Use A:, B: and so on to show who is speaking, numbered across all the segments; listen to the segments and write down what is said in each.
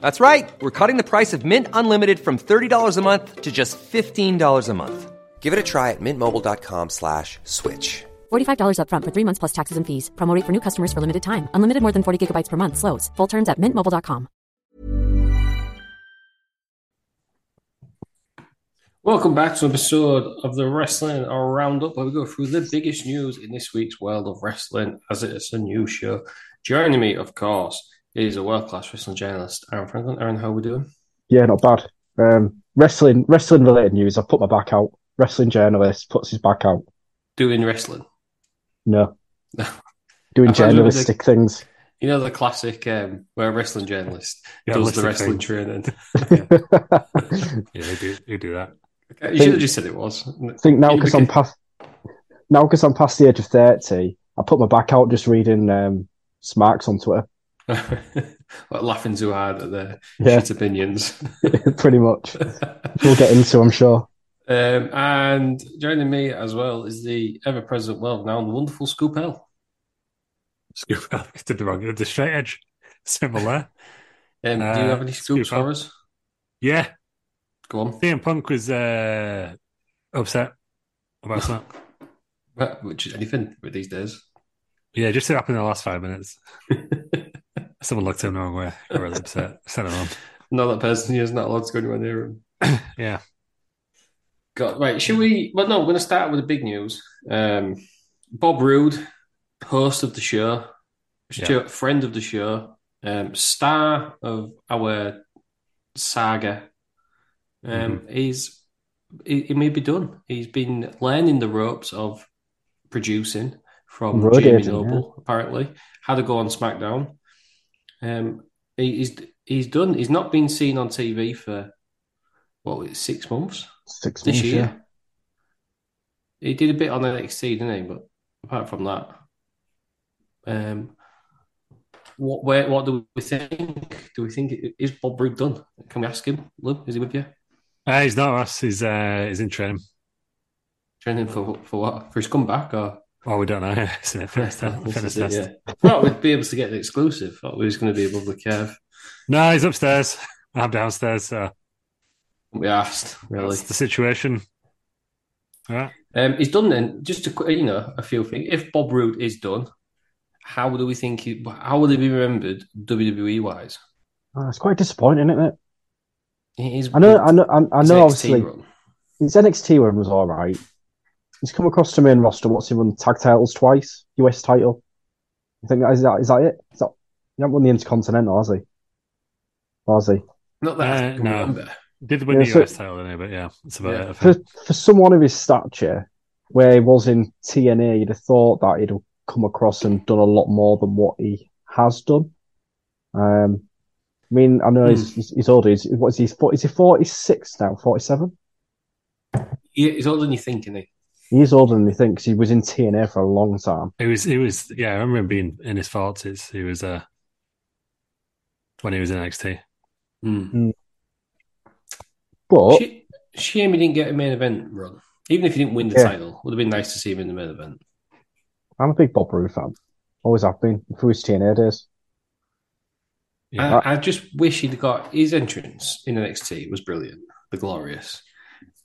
A: That's right. We're cutting the price of Mint Unlimited from $30 a month to just $15 a month. Give it a try at mintmobile.com slash switch.
B: $45 upfront for three months plus taxes and fees. Promo rate for new customers for limited time. Unlimited more than 40 gigabytes per month. Slows. Full terms at mintmobile.com.
C: Welcome back to episode of the Wrestling Roundup, where we go through the biggest news in this week's world of wrestling, as it is a new show. Joining me, of course, is a world-class wrestling journalist, Aaron Franklin. Aaron, how are we doing?
D: Yeah, not bad. Um, wrestling, wrestling-related news. I put my back out. Wrestling journalist puts his back out.
C: Doing wrestling.
D: No, doing
C: I thought you were
D: journalistic things.
C: You know the classic um, where a wrestling journalist does the
E: Journalistic
C: wrestling
E: thing.
C: training.
E: Yeah, they do, they do that.
C: you should have just said it was.
D: think now
C: You
D: because
C: could-
D: I'm past now 'cause I'm past the age of thirty, I put my back out just reading um, smarks on Twitter.
C: like laughing too hard at their
D: Yeah.
C: shit opinions.
D: Pretty much. We'll get into, I'm sure.
C: Um, and joining me as well is the ever present, well renowned, wonderful Scoop L.
E: Scoop did the wrong, the straight edge. Similar.
C: Um, do you
E: Uh,
C: have any scoops
E: Scoop L.
C: for us?
E: yeah,
C: Go on.
E: CM Punk was uh, upset about something.
C: Well, Which is anything with these days.
E: Yeah, just it happened in the last five minutes. Someone looked at him the wrong way. Got really upset. Sent him
C: Not that person is not allowed to go anywhere near him.
E: on. yeah.
C: God, right. Should we? Well, no, we're going to start with the big news. Um, Bob Roode, host of the show,
E: Yeah.
C: Stuart, friend of the show, um, star of our saga, um,
D: Mm-hmm.
C: he's he, he may be done. He's been learning the ropes of producing from
D: Road
C: Jamie
D: agent,
C: Noble. Apparently, had a go on SmackDown. Um, he, he's he's done. He's not been seen on TV for what was it, six months
D: Six
C: this
D: months,
C: year.
D: yeah.
C: He did a bit on NXT, didn't he? But apart from that, um, what where, what do we think? Do we think is Bob Roode done? Can we ask him? Lou, is he with you?
E: Uh, he's not us. He's uh, he's in training.
C: Training for for what? For his comeback or
E: Oh, we don't know. It's in it. Fitness test.
C: This is
E: Fitness
C: it,
E: test.
C: yeah. Thought we'd be able to get an exclusive. Thought we was going to be above the curve.
E: No, he's upstairs. I'm downstairs. So
C: We asked really.
E: that's the situation. All right.
C: Um, he's done then. Just to qu- you know, a few things. If Bob Roode is done, how do we think? He, how will he be remembered WWE wise?
D: Oh, it's quite disappointing, isn't it?
C: It is
D: I know,
C: weird.
D: I know, I, I
C: His
D: know.
C: NXT
D: Obviously,
C: run.
D: his NXT run was all right. He's come across to main roster. What's he won? Tag titles twice, US title. I think that is that. Is that it? Is that, he hasn't won the Intercontinental, has he? Or Has he?
C: Not that I
E: Uh,
C: can
E: no.
C: remember.
E: Did win
D: Yeah,
E: the
D: so-
E: US title, didn't he? But yeah, that's about
C: Yeah.
E: it. I
D: for
E: think.
D: for someone of his stature, where he was in TNA, you'd have thought that he'd have come across and done a lot more than what he has done. Um, I mean, I know he's, he's, he's older. He's, what is he? fo- Is he forty six now? Forty seven?
C: He- He's older than you think, isn't he?
D: He is older than you think 'cause he was in TNA for a long time.
E: It was, it was, yeah, I remember him being in his forties. He was, uh, when he was in NXT.
D: But
C: Sh- Shame he didn't get a main event run. Even if he didn't win the
D: Yeah.
C: title, would have been nice to see him in the main event.
D: I'm a big Bob Roode fan. Always have been through his TNA days.
E: Yeah.
D: Uh,
C: I, I just wish he'd got his entrance in NXT was brilliant. the glorious.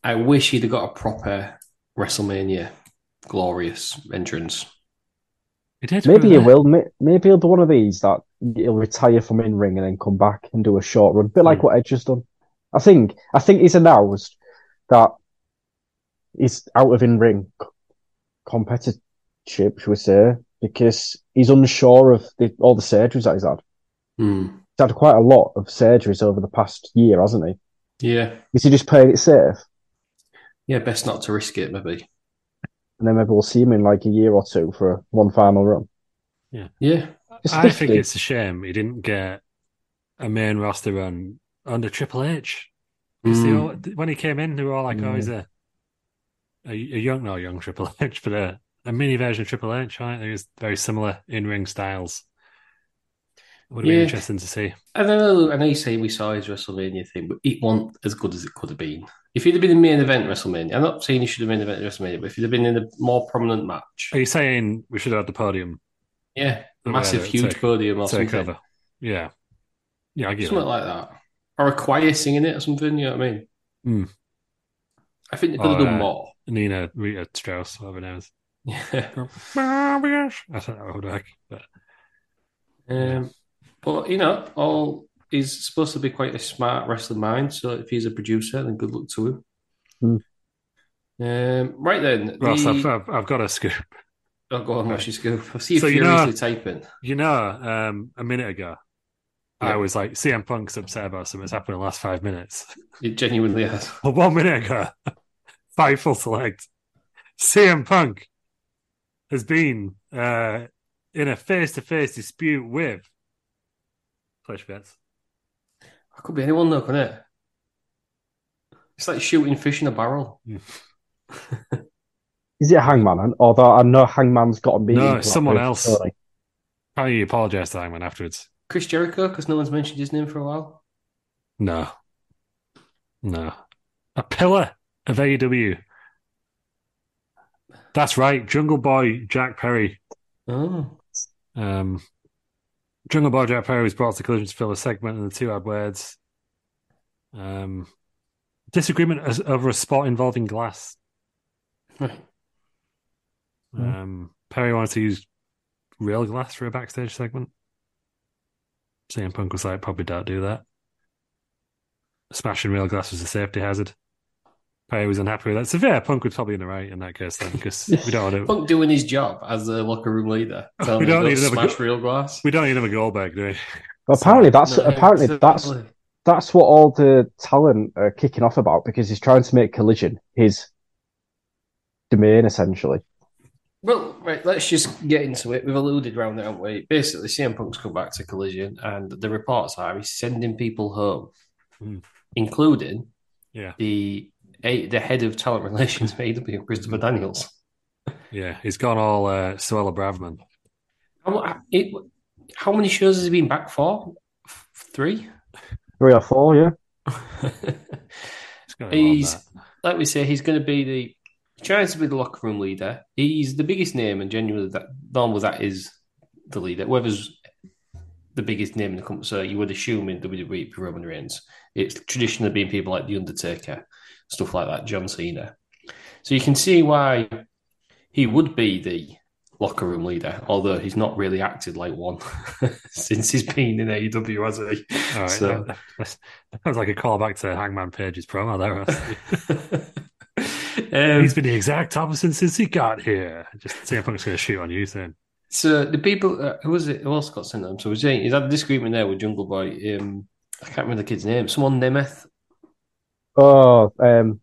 C: I wish he'd have got a proper WrestleMania glorious entrance.
E: He did.
D: Maybe he
E: wasn't it?
D: will. May- Maybe he'll do one of these that he'll retire from in ring and then come back and do a short run, a bit like
C: Hmm.
D: what Edge has done. I think. I think he's announced that he's out of in ring competitive, should we say, because he's unsure of the, all the surgeries that he's had.
C: Hmm.
D: He's had quite a lot of surgeries over the past year, hasn't he?
C: Yeah,
D: Is he just playing it safe?
C: yeah. Best not to risk it, maybe.
D: And then maybe we'll see him in like a year or two for one final run.
C: Yeah,
D: It's
E: I think
D: 50.
E: it's a shame he didn't get a main roster run under Triple H. 'Cause they
D: Hmm.
C: Mm.
E: all- th- when he came in, they were all like, "Oh, he's a a, a young, not a young Triple H, but a, a mini version of Triple H." Right? It was very similar in ring styles. Would have
C: Yeah.
E: been interesting to see.
C: I don't know. I know you say we saw his WrestleMania thing, but it wasn't as good as it could have been. If he'd have been in main event WrestleMania, I'm not saying he should have been in event WrestleMania, but if he'd have been in a more prominent match,
E: Are you saying we should have had the podium
C: yeah,
E: Oh, Yeah,
C: massive,
E: take-
C: huge podium or something,
E: takeover? Yeah, yeah, I get
C: something
E: it.
C: like that, or a choir singing it or something. You know what I mean?
E: Hmm.
C: I think they could have
E: Or,
C: done
E: uh,
C: more.
E: Nina Rita Strauss, whatever it is.
C: Yeah.
E: I don't know. like, But
C: Um, but you know, all he's supposed to be quite a smart wrestling mind. So if he's a producer, then good luck to him.
D: Hmm.
C: Um, right then,
E: Ross,
C: the-
E: I've, I've, I've got a scoop.
C: Oh, go on, Rushy Scoop. I see you
E: So you know-
C: furiously typing.
E: You know, um, a minute ago,
C: Yeah.
E: I was like, CM Punk's upset about something that's happened in the last five minutes.
C: It genuinely has.
E: Well, one minute ago, Fightful Select, CM Punk has been uh, in a face to face dispute with Flesh Bets.
C: It could be anyone, though, couldn't it? It's like shooting fish in a barrel.
D: Is it a Hangman? Although I know uh, Hangman's got a meeting.
E: No,
D: for that
E: it's someone
D: person,
E: else.
D: don't they?
E: Probably apologise to Hangman afterwards.
C: Chris Jericho, because no one's mentioned his name for a while.
E: No. No. A pillar of AEW. That's right. Jungle Boy Jack Perry
C: Oh,
E: Um, Jungle Boy Jack Perry was brought to collision to fill a segment and the two had words. Um, disagreement as, over a spot involving glass.
C: right.
D: Hmm.
E: Um, Perry wanted to use real glass for a backstage segment. CM Punk was like, probably don't do that. Smashing real glass was a safety hazard. Perry was unhappy with that. So yeah, Punk was probably in the right in that case then, because we don't want to,
C: Punk doing his job as the locker room leader. Telling
E: We
C: him
E: don't
C: don't
E: need another
C: smash
E: go-
C: real glass.
E: we don't need another Goldberg, do we?
D: Well, apparently that's
C: No,
D: apparently
C: it's
D: that's
C: lovely.
D: that's what all the talent are kicking off about because he's trying to make collision his domain essentially.
C: Well, right, let's just get into it. We've alluded round it, haven't we? Basically, CM Punk's come back to Collision, and the reports are he's sending people home,
E: Mm.
C: including
E: Yeah.
C: the eh, the head of talent relations for AEW, Christopher Daniels.
E: Yeah, he's gone all uh, Suella Bravman.
C: How, it, how many shows has he been back for? F- Three.
D: Three or four, yeah.
E: He's got it all
C: he's
E: that.
C: like we say, he's going to be the tries to be the locker room leader. He's the biggest name, and genuinely, that normally that is the leader. Whoever's the biggest name in the company, so you would assume in WWE for Roman Reigns, it's traditionally been people like the Undertaker, stuff like that, John Cena. So you can see why he would be the locker room leader, although he's not really acted like one since he's been in AEW, hasn't he?
E: All right,
C: So-
E: that, that's- that was like a callback to Hangman Page's promo. There, Ross.
C: Um,
E: he's been the exact opposite since he got here. Just CM Punk's going to shoot on you soon.
C: So the people uh, who was it? Who else got sent them? So we're saying he's had a disagreement there with Jungle Boy. Um, I can't remember the kid's name. Someone Nemeth.
D: Oh, um,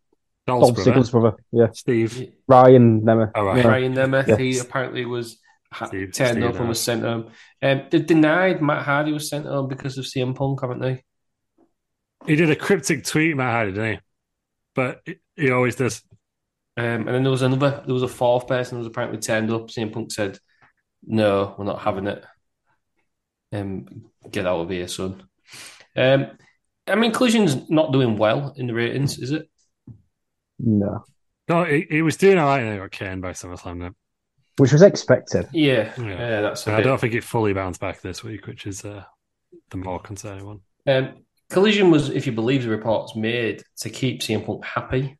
E: Dolls,
D: Bob
E: brother.
D: Siegel's brother, yeah.
E: Steve.
D: Ryan Nemeth.
E: All right.
D: Yeah.
C: Ryan Nemeth. He
D: Yes.
C: apparently was ha-
E: Steve-
C: turned
E: Steve
C: up and
E: Nemeth.
C: was sent home. Um, they've denied Matt Hardy was sent home because of CM Punk, haven't they?
E: He did a cryptic tweet, Matt Hardy, didn't he? But he- he always does.
C: Um, and then there was another. There was a fourth person who was apparently turned up. CM Punk said, "No, we're not having it. Um, get out of here, son." Um, I mean, Collision's not doing well in the ratings, is it?
D: No.
E: No, he, he was doing all right, and then he got canned by SummerSlam. Then.
D: Which was expected.
C: Yeah,
E: Yeah.
C: yeah, that's. a
E: And I
C: bit-
E: don't think it fully bounced back this week, which is uh, the more concerning one.
C: Um, Collision was, if you believe the reports, made to keep CM Punk happy.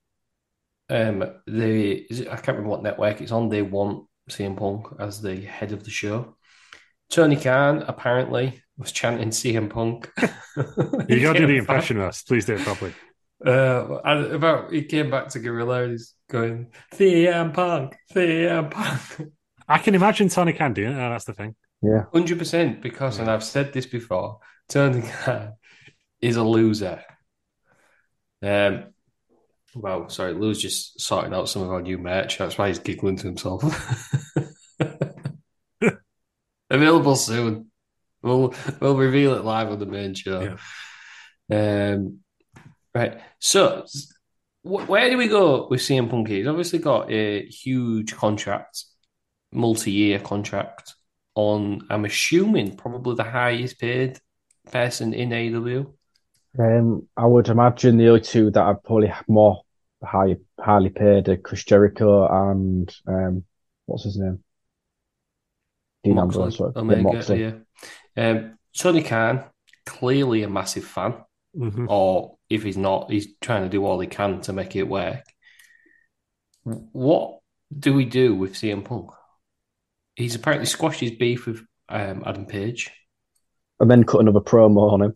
C: Um, they, is it- I can't remember what network it's on. They want CM Punk as the head of the show. Tony Khan apparently was chanting CM Punk.
E: You gotta do the impression of us. Please do it properly.
C: Uh, and about he came back to Gorilla and he's going CM Punk, CM Punk.
E: I can imagine Tony Khan doing it. No, that's the thing.
C: Hundred percent, because and I've said this before, Tony Khan is a loser. Um, well, sorry, Lou's just sorting out some of our new merch. That's why he's giggling to himself. Available soon. We'll we'll reveal it live on the main show. Um, right. So, wh- where do we go with CM Punk? He's obviously got a huge contract, multi-year contract on, I'm assuming, probably the highest paid person in E AEW.
D: Um, I would imagine the only two that are probably more high, highly paid are Chris Jericho and um, what's his name? Dean Ambrose. sorry. Yeah,
C: Omega,
D: Moxley.
C: yeah. Um, Tony Khan, clearly a massive fan, Mm-hmm.
E: Mhm.
C: or if he's not, he's trying to do all he can to make it work. What do we do with CM Punk? He's apparently squashed his beef with um, Adam Page.
D: And then cut another promo on him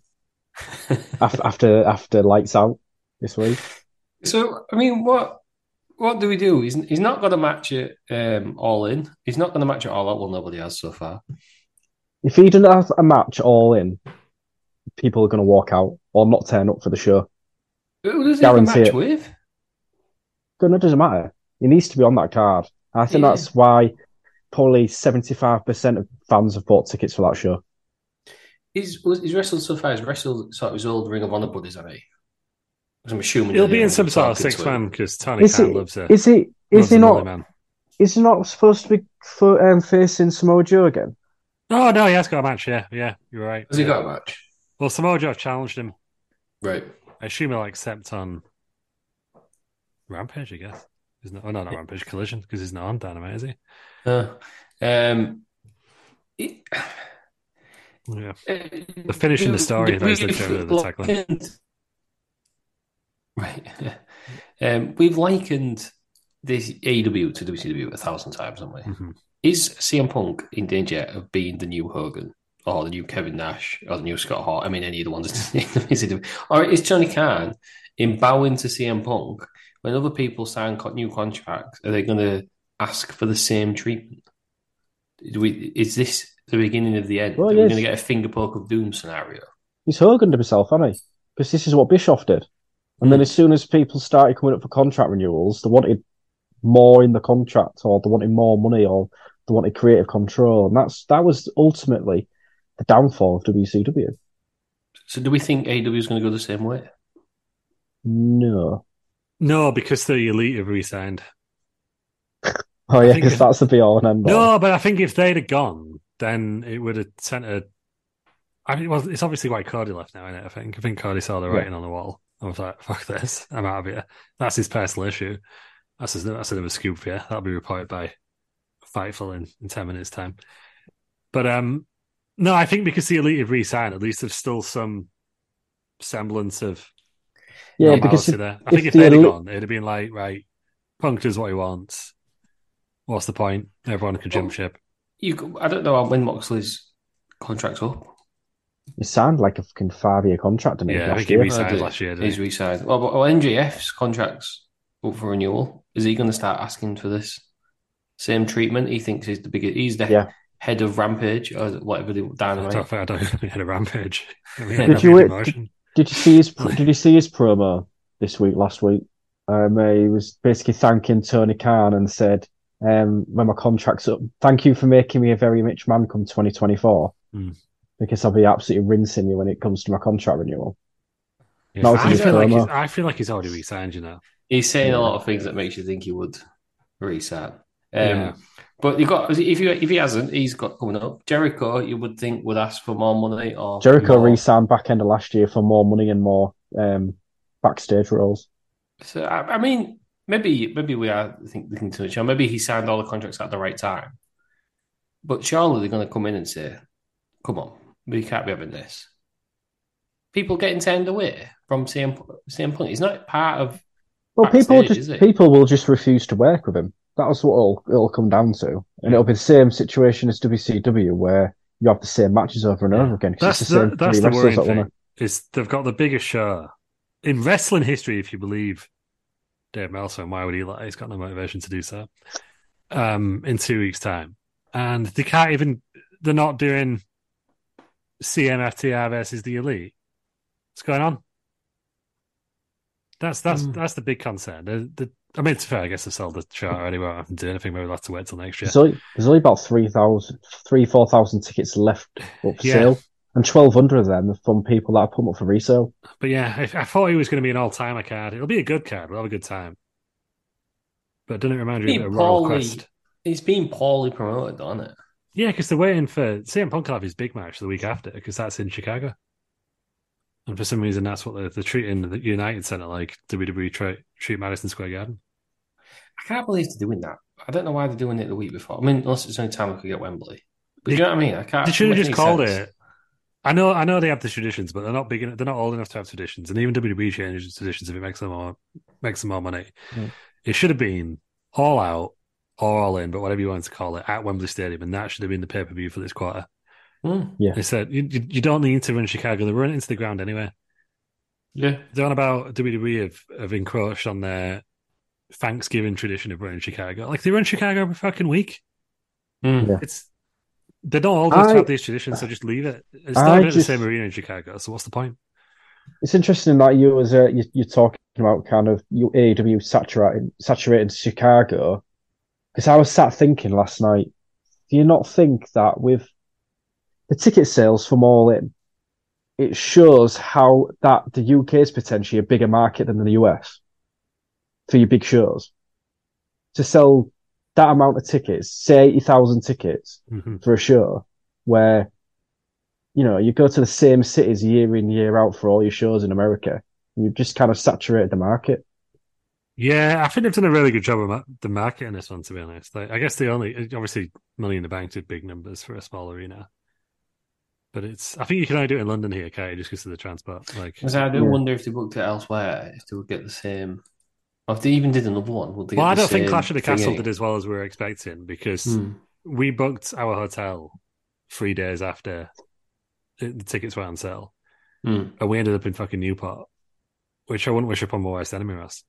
D: after after after lights out this week.
C: So I mean, what what do we do? He's he's not going to match it um, all in. He's not going to match it all out. Well, nobody has so far.
D: If he doesn't have a match all in, people are going to walk out or not turn up for the show.
C: Who does he have a
D: Guarantee
C: match
D: it.
C: with?
D: Good, it doesn't matter. He needs to be on that card. I think
C: Yeah.
D: that's why probably seventy five percent of fans have bought tickets for that show.
C: He's was, he's wrestled so far. He's wrestled sort of his old Ring of Honor buddies, I he? 'Cause I'm assuming
E: He'll
C: that
E: be
C: he
E: in some
C: was
E: sort of
C: talking to
E: six
C: him.
E: man because Tony
D: Is
E: Khan
D: he?
E: loves it.
D: Is he? Is he not?
E: Man.
D: Is he not supposed to be for, um, facing Samoa Joe again?
E: Oh no, he has got a match. Yeah, yeah, you're right.
C: Has he got a match?
E: Well, Samoa Joe challenged him.
C: Right.
E: I assume he'll accept on Rampage. I guess. Isn't it? Oh no, not Rampage Collision because he's not on Dynamite, is he?
C: Uh, um, it-
E: Yeah.
C: The
E: finish in the story, that is the trailer, the tagline.
C: Right. Um, we've likened this AEW to WCW a thousand times, haven't we?
E: Mhm.
C: Is CM Punk in danger of being the new Hogan or the new Kevin Nash or the new Scott Hall? I mean, any of the ones in WCW. Or is Tony Khan in bowing to CM Punk when other people sign co- new contracts? Are they going to ask for the same treatment? Do we, is this the beginning of the end?
D: Well,
C: Are we
D: yes.
C: going to get a finger poke of doom scenario?
D: He's Hogan to himself, hasn't he? Because this is what Bischoff did. And
E: Hmm.
D: then as soon as people started coming up for contract renewals, they wanted more in the contract, or they wanted more money, or they wanted creative control, and that's that was ultimately the downfall of WCW.
C: So do we think AEW is going to go the same way?
D: No,
E: No, because the elite have resigned.
D: oh yeah,
E: think
D: because
E: it-
D: that's the be all and end all.
E: No, but I think if they'd have gone, then it would have sent a. I mean, well, it's obviously why Cody left now, isn't it? I think. I think Cody saw the
D: Yeah.
E: writing on the wall. I was like, "Fuck this! I'm out of here." That's his personal issue. That's his, that's another scoop. Yeah, that'll be reported by Fightful in, in ten minutes' time. But um, no, I think because the elite have re-signed, at least there's still some semblance of
D: Yeah,
E: normality
D: because if,
E: there. I think if,
D: if the
E: they'd have
D: elite-
E: gone, it'd have been like, right, Punk does what he wants. What's the point? Everyone can jump ship.
C: You, go- I don't know when Moxley's contract's up.
D: it sounded like a fucking five-year contract to me
E: Yeah, I
D: last
E: think he
D: year.
E: re signed
C: did.
E: last year. Didn't
C: He's
E: he?
C: re-signed. Well, but, well, MJF's contract's up for renewal. Is he going to start asking for this same treatment? He thinks he's the biggest. He's the
D: Yeah.
C: head of Rampage or whatever the
E: I don't
C: Dynamite.
E: think I don't think he had a rampage. I mean,
C: Did
E: I
D: you
E: had
D: wait-
E: emotion.
D: Did you see his Did you see his promo this week? Last week, um, uh, he was basically thanking Tony Khan and said, um, "When my contract's up, thank you for making me a very rich man come 2024,
E: Hmm.
D: because I'll be absolutely rinsing you when it comes to my contract renewal."
E: Yeah,
D: That was
E: I,
C: his
E: feel like
D: promo.
E: he's, I feel like he's already re-signed. You know,
C: He's saying a lot of things that makes you think he would resign. Um,
E: Yeah.
C: But you got if you if he hasn't, he's got coming up. Jericho, you would think would ask for more money or
D: Jericho
C: more.
D: re-signed back end of last year for more money and more um, backstage roles.
C: So I, I mean, maybe maybe we are think- thinking too much. Or maybe he signed all the contracts at the right time. But surely they're going to come in and say, "Come on, we can't be having this." people getting turned away from CM, P- CM Punk. He's not part of.
D: Well, people will
C: backstage,
D: just
C: is it?
D: people will just refuse to work with him. That's what it'll, it'll come down to, and it'll be the same situation as WCW, where you have the same matches over and over again. 'cause
E: That's
D: it's
E: the,
D: same
E: that's
D: three
E: the
D: wrestlers
E: worrying
D: that
E: thing.
D: wanna-
E: Is they've got the biggest show in wrestling history, if you believe Dave Meltzer. Why would he? Lie? He's got no motivation to do so. Um, in two weeks' time, and they can't even. They're not doing CMFTR versus the Elite. What's going on? That's that's
D: Hmm.
C: Mm.
E: that's the big concern. The, the, I mean, it's fair. I guess they sold the show already. Won't have to do anything. Maybe we'll have to wait till next year.
D: There's only, there's only about 3,000, 3, 4,000 tickets left up for
E: Yeah.
D: sale, and 1,200 of them are from people that are put up for resale.
E: But yeah, I, I thought he was going to be an all-timer card. It'll be a good card. We'll have a good time. But doesn't it remind you a
C: Being
E: bit of Royal
C: poorly-
E: Quest?
C: He's being poorly promoted, on it?
E: Yeah, because they're waiting for CM Punk will have his big match the week after because that's in Chicago. And for some reason, that's what they're, they're treating the United Center like WWE treat, treat Madison Square Garden.
C: I can't believe they're doing that. I don't know why they're doing it the week before. I mean, unless it's the only time we could get Wembley. But you know what I mean? I can't.
E: They should have
C: doesn't
E: just
C: make any
E: called
C: sense.
E: it. I know, I know they have the traditions, but they're not big. en- They're not old enough to have traditions, and even WWE changes traditions if it makes them more makes them more money.
D: Mm.
E: It should have been all out or all in, but whatever you want to call it, at Wembley Stadium, and that should have been the pay per view for this quarter.
C: Mm,
E: They said you, you, you don't need to run Chicago; they run it into the ground anyway.
C: yeah.
E: They're on about WWE have, have encroached on their Thanksgiving tradition of running Chicago. Like they run Chicago every fucking week.
C: Mm.
D: Yeah.
E: It's they don't all have to
D: I-
E: have these traditions, so just leave it. It's
D: I
E: not even at the
D: just-
E: same arena in Chicago, so what's the point?
D: It's interesting that you was uh, you, you're talking about kind of you- AEW saturating saturating Chicago, because I was sat thinking last night, do you not think that with the ticket sales from All In, it shows how that the UK is potentially a bigger market than the US for your big shows to sell that amount of tickets, say eighty thousand tickets
E: Mhm.
D: for a show where you know you go to the same cities year in year out for all your shows in America. and You've just kind of saturated the market.
E: Yeah, I think they've done a really good job of ma- the marketing this one. To be honest, like, I guess the only obviously Money in the Bank did big numbers for a small arena, but it's I think you can only do it in London here, can't you? Just because of the transport, like.
C: Because I do
D: Yeah.
C: wonder if they booked it elsewhere, if they would get the same. Or if they even did another one, would they
E: Well,
C: get
E: I
C: the
E: don't think
C: same
E: Clash of the Castle
C: thingy?
D: eh?
E: did as well as we were expecting because
C: Hmm.
E: we booked our hotel three days after the the tickets were on sale,
C: Hmm.
E: and we ended up in fucking Newport, which I wouldn't wish upon my worst enemy, Ross.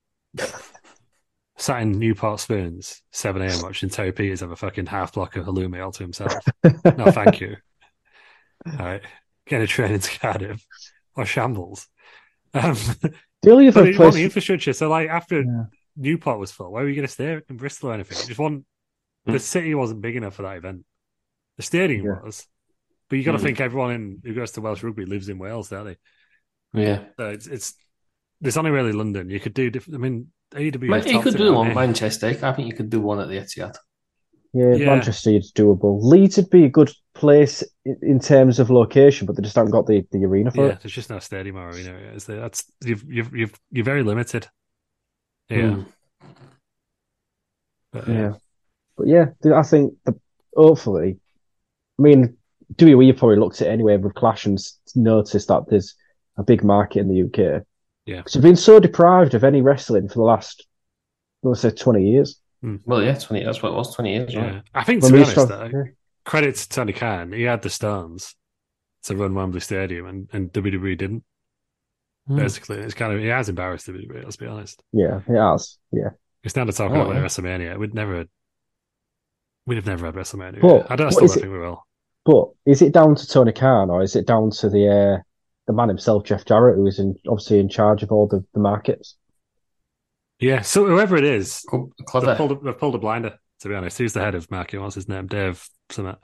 E: Sat in Newport Spoons, 7 a.m., watching Terry Peters have a fucking half block of halloumi all to himself. no, thank you. All right. Get a train into Cardiff or Shambles. Um,
D: The only
E: but
D: other
E: it wasn't the
D: place,
E: infrastructure. So, like, after
D: Yeah.
E: Newport was full, where were you going to stay in Bristol or anything? It just wasn't,
C: Hmm.
E: the city wasn't big enough for that event. The stadium
D: Yeah.
E: was, but you got to
C: Hmm.
E: think everyone in, who goes to Welsh rugby lives in Wales, don't they?
C: Yeah.
E: So it's it's there's only really London. You could do different. I mean, E AEW.
C: Man,
E: have
C: you
E: talked
C: could do
E: about
C: one
E: it.
C: in Manchester. I think you could do one at the Etihad.
D: yeah,
E: yeah.
D: Manchester is doable. Leeds would be a good place i- in terms of location, but they just haven't got the, the arena for
E: Yeah,
D: it.
E: there's just no stadium or arena. Is there? That's you've you've you've you're very limited. Yeah,
C: Hmm.
E: but, uh,
D: Yeah, Um, but yeah, th- I think the, hopefully, I mean, Dewey, you probably looked at it anyway with Clash and s- noticed that there's a big market in the UK.
E: Yeah.
D: because they've been so deprived of any wrestling for the last, let's say, twenty years.
C: Well, yeah, twenty. That's what it was. Twenty years,
E: yeah.
C: right?
E: I think to
D: When
E: be
D: we
E: honest,
D: start-
E: though,
D: yeah.
E: credit to Tony Khan. He had the stones to run Wembley Stadium, and, and WWE didn't.
C: Hmm.
E: Basically, it's kind of he has embarrassed WWE. Let's be honest.
D: Yeah, it has. Yeah.
E: It's now to talk
C: Oh,
E: about
C: yeah.
E: WrestleMania. We'd never, we'd have never had WrestleMania.
D: Well,
E: I don't
D: what
E: still
D: is
E: don't
D: it-
E: think we will.
D: But is it down to Tony Khan or is it down to the uh, the man himself, Jeff Jarrett, who is in, obviously in charge of all the, the markets?
E: Yeah. So whoever it is,
C: Co-
E: they've
C: Clever.
E: pulled, a- they've pulled a blinder. To be honest, who's the head of marketing? What's his name? Dave. Something.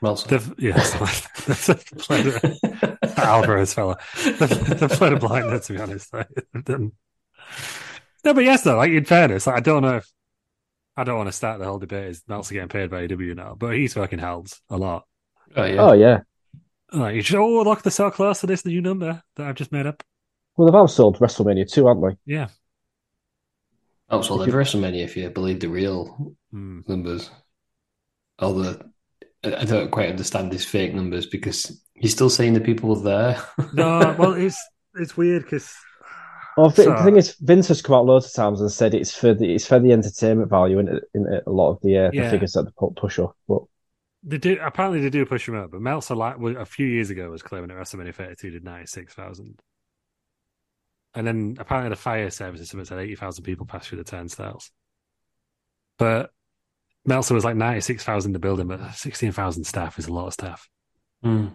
C: Wilson.
E: They've yeah. that's the one. They've played a- Alvarez fella. They've, they've played a blinder. To be honest, Like, they've done- no, but yes, though. Like in fairness, like, I don't know if I don't want to start the whole debate. Is Meltzer getting paid by AW now? But he's fucking held a lot.
C: Oh yeah.
D: Oh, yeah.
E: Like, you should, oh, look, they're so close to this new number that I've just made up.
D: Well, they've outsold WrestleMania too, haven't they?
E: Yeah.
C: Also, the WrestleMania, if you believe the real
E: Hmm.
C: numbers, or the I I don't quite understand these fake numbers because You're still seeing the people there.
E: No, well, it's it's weird because
D: Well, the,
E: So-
D: the thing is, Vince has come out loads of times and said it's for the it's for the entertainment value in, in a lot of the, uh,
E: Yeah.
D: the figures that they put push up. But
E: they do apparently they do push him out, but Meltzer like was- a few years ago was claiming that WrestleMania 32 did 96,000. And then apparently the fire service is something said 80,000 people passed through the turnstiles. But Meltzer was like 96,000 in the building, but 16,000 staff is a lot of staff.
C: Hmm.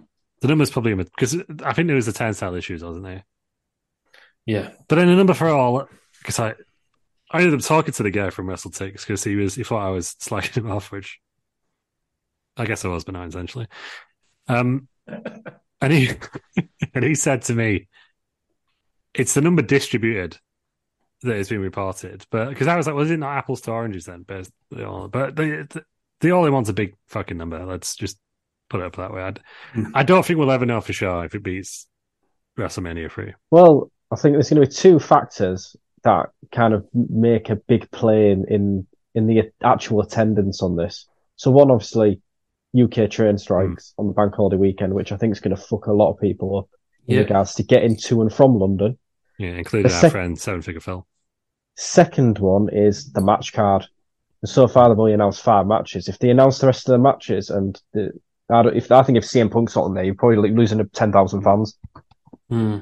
E: The number's probably because I think there was the turnstile issues, wasn't there?
C: Yeah.
E: But then the number for all, because I, I ended up talking to the guy from WrestleTix because he was he thought I was slagging him off, which I guess I was, but not intentionally. Um, and he and he said to me, "It's the number distributed that has been reported." But because I was like, "Was it not apples to oranges then?" But they all, but they, they all they want's a big fucking number. Let's just put it up that way. I, I don't think we'll ever know for sure if it beats WrestleMania three.
D: well, I think there's going to be two factors that kind of make a big play in in, in the actual attendance on this. So one, obviously, UK
E: Hmm.
D: train strikes on the bank holiday weekend, which I think is going to fuck a lot of people up in
C: Yeah.
D: regards to getting to and from London.
E: Yeah, including
D: The
E: our
D: sec-
E: friend Seven Figure Phil.
D: Second one is the match card. And so far, they've only announced five matches. If they announce the rest of the matches, and the, I, don't, if, I think if CM Punk's not on there, you're probably like losing 10,000 fans.
C: Hmm.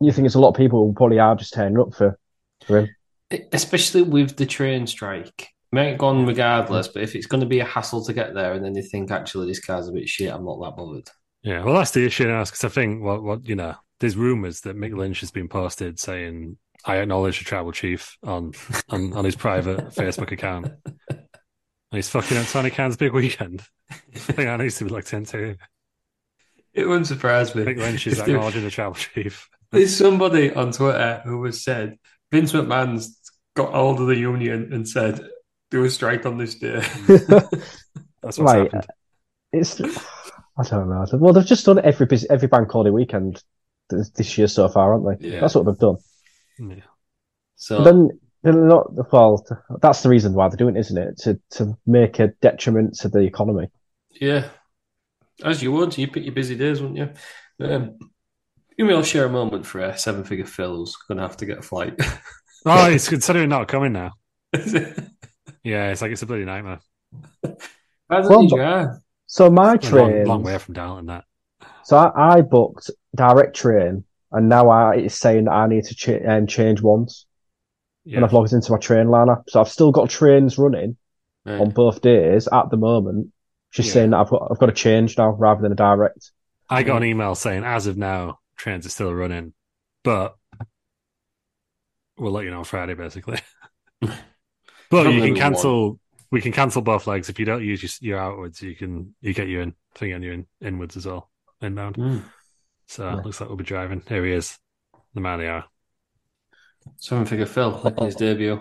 D: You think it's a lot of people who probably are just turning up for, for him.
C: E, Especially with the train strike. It might have gone regardless, but if it's going to be a hassle to get there and then they think, actually, this car's a bit shit, I'm not that bothered.
E: Yeah, well, that's the issue now because I think what what you know, there's rumors that Mick Lynch has been posted saying I acknowledge the tribal chief on on, on his private Facebook account. And he's fucking up Tony Khan's big weekend. I think that needs to be looked into.
C: It wouldn't surprise me.
E: Mick Lynch is
C: If there-
E: acknowledging the tribal chief.
C: There's somebody on Twitter who has said Vince McMahon's got hold of the union and said, do a strike on this day.
E: That's what's
D: Right. uh,
E: happened.
D: It's, I don't know. Well, they've just done every bus- every bank holiday weekend th- this year so far, haven't they?
C: Yeah.
D: That's what they've done.
E: Yeah.
C: so
D: But then they're not, well, that's the reason why they're doing it, isn't it? To, to make a detriment to the economy.
C: Yeah, as you would. You pick your busy days, wouldn't you? Um, you may all share a moment for a seven figure Phil who's going to have to get a flight.
E: Oh, he's considering not coming now.
C: As
E: Yeah, it's like it's a bloody nightmare.
D: Well,
C: you are.
D: So my
E: It's a Long,
D: train.
E: long way from Darlington. That
D: So I, I booked direct train, and now I, it's saying that I need to cha- um, change once, and
E: yeah,
D: I've logged into my train line app. So I've still got trains running on both days at the moment. Just
E: Yeah.
D: saying that I've got, I've got to change now rather than a direct.
E: I got an email saying as of now trains are still running, but we'll let you know on Friday basically. but
C: Probably
E: you can
C: we
E: cancel. We can cancel both legs if you don't use your, your outwards. You can you get your in, thing on your in, inwards as well inbound.
C: Mm.
E: So
D: Yeah.
E: looks like we'll be driving. Here he is, the man they are.
C: Seven figure Phil, making his debut.